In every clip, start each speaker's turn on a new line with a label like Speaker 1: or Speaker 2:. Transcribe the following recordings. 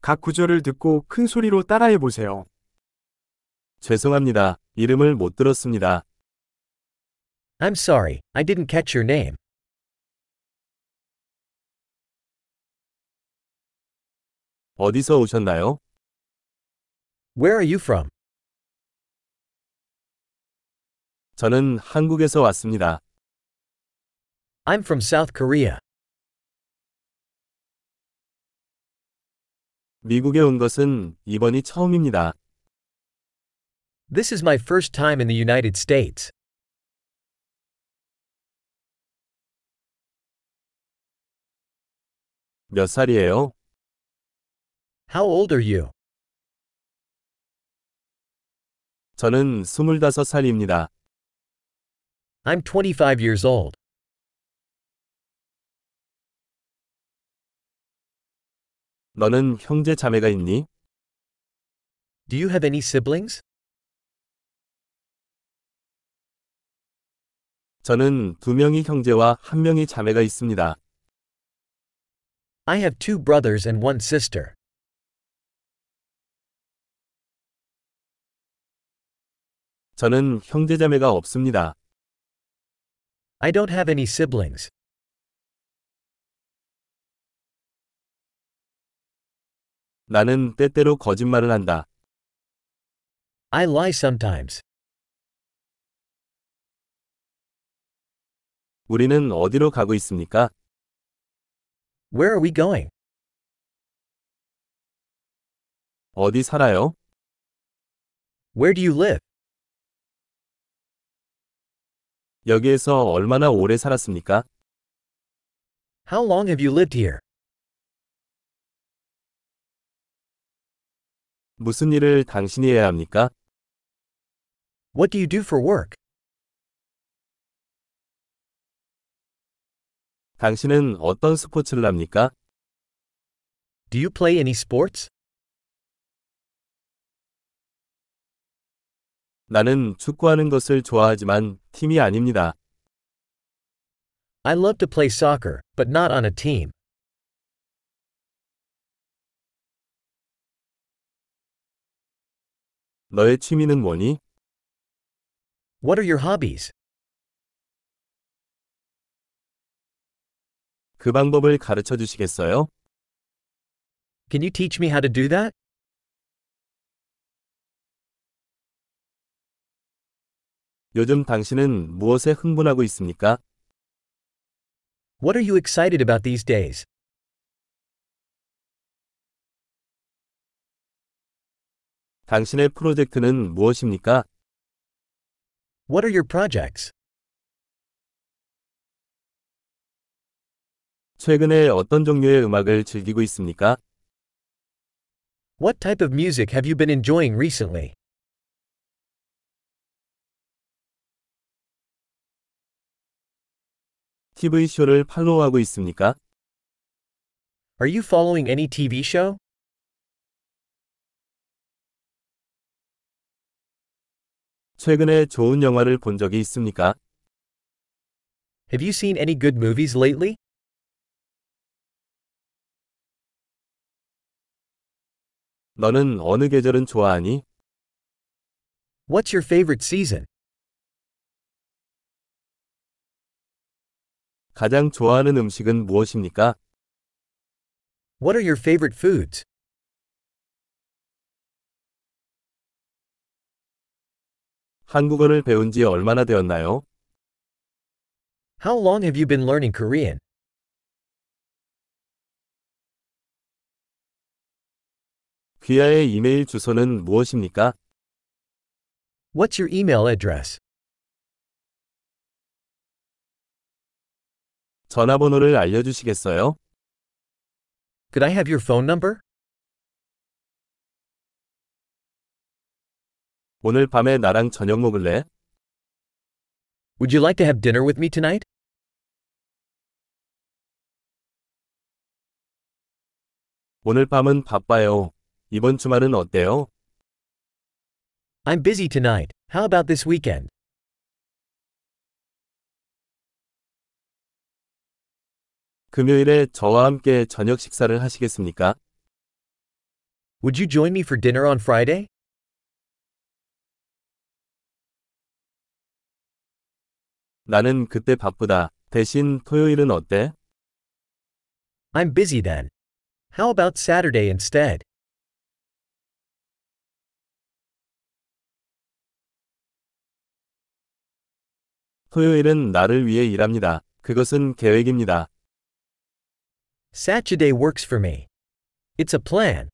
Speaker 1: 각 구절을 듣고 큰 소리로 따라해 보세요.
Speaker 2: 죄송합니다. 이름을 못 들었습니다.
Speaker 3: I'm sorry, I didn't catch your name.
Speaker 2: 어디서 오셨나요?
Speaker 3: Where are you from?
Speaker 2: 저는 한국에서 왔습니다.
Speaker 3: I'm from South Korea.
Speaker 2: 미국에 온 것은 이번이 처음입니다.
Speaker 3: This is my first time in the United States.
Speaker 2: 몇 살이에요?
Speaker 3: How old are you?
Speaker 2: 저는 25살입니다.
Speaker 3: I'm 25 years old.
Speaker 2: 너는 형제 자매가 있니?
Speaker 3: Do you have any siblings?
Speaker 2: 저는 두 명이 형제와 한 명이 자매가 있습니다.
Speaker 3: I have two brothers and one sister.
Speaker 2: 저는 형제 자매가 없습니다.
Speaker 3: I don't have any siblings.
Speaker 2: 나는 때때로 거짓말을 한다.
Speaker 3: I lie sometimes.
Speaker 2: 우리는 어디로 가고 있습니까?
Speaker 3: Where are we going?
Speaker 2: 어디 살아요?
Speaker 3: Where do you live?
Speaker 2: 여기에서 얼마나 오래 살았습니까?
Speaker 3: How long have you lived here?
Speaker 2: 무슨 일을 당신이 해야 합니까?
Speaker 3: What do you do for work?
Speaker 2: 당신은 어떤 스포츠를 합니까?
Speaker 3: Do you play any sports?
Speaker 2: 나는 축구하는 것을 좋아하지만 팀이 아닙니다.
Speaker 3: I love to play soccer, but not on a team.
Speaker 2: 너의 취미는 뭐니?
Speaker 3: What are your hobbies?
Speaker 2: 그 방법을 가르쳐 주시겠어요?
Speaker 3: Can you teach me how to do that?
Speaker 2: 요즘 당신은 무엇에 흥분하고 있습니까?
Speaker 3: What are you excited about these days?
Speaker 2: 당신의 프로젝트는 무엇입니까?
Speaker 3: What are your projects?
Speaker 2: 최근에 어떤 종류의 음악을 즐기고 있습니까?
Speaker 3: What type of music have you been enjoying recently?
Speaker 2: TV쇼를 팔로우하고 있습니까?
Speaker 3: Are you following any TV show?
Speaker 2: 최근에 좋은 영화를 본 적이 있습니까?
Speaker 3: Have you seen any good movies lately?
Speaker 2: 너는 어느 계절은 좋아하니?
Speaker 3: What's your favorite season?
Speaker 2: 가장 좋아하는 음식은 무엇입니까?
Speaker 3: What are your favorite foods?
Speaker 2: 한국어를 배운 지 얼마나 되었나요?
Speaker 3: How long have you been learning Korean?
Speaker 2: 귀하의 이메일 주소는 무엇입니까?
Speaker 3: What's your email address?
Speaker 2: 전화번호를 알려주시겠어요?
Speaker 3: Could I have your phone number?
Speaker 2: 오늘 밤에 나랑 저녁 먹을래?
Speaker 3: Would you like to have dinner with me tonight?
Speaker 2: 오늘 밤은 바빠요. 이번 주말은 어때요?
Speaker 3: I'm busy tonight. How about this weekend?
Speaker 2: 금요일에 저와 함께 저녁 식사를 하시겠습니까?
Speaker 3: Would you join me for dinner on Friday?
Speaker 2: 나는 그때 바쁘다. 대신 토요일은 어때?
Speaker 3: I'm busy then. How about Saturday instead?
Speaker 2: 토요일은 나를 위해 일합니다. 그것은 계획입니다.
Speaker 3: Saturday works for me. It's a plan.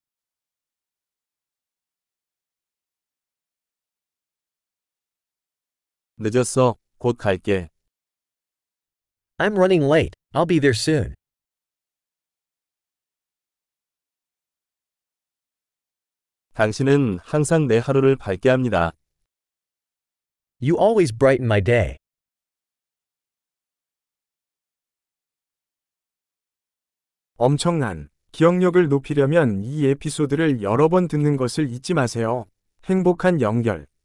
Speaker 2: 늦었어. 곧 갈게.
Speaker 3: I'm running late. I'll be there soon.
Speaker 2: 당신은 항상 내 하루를 밝게 합니다.
Speaker 3: You always brighten my day.
Speaker 1: 엄청난 기억력을 높이려면 이 에피소드를 여러 번 듣는 것을 잊지 마세요. 행복한 연결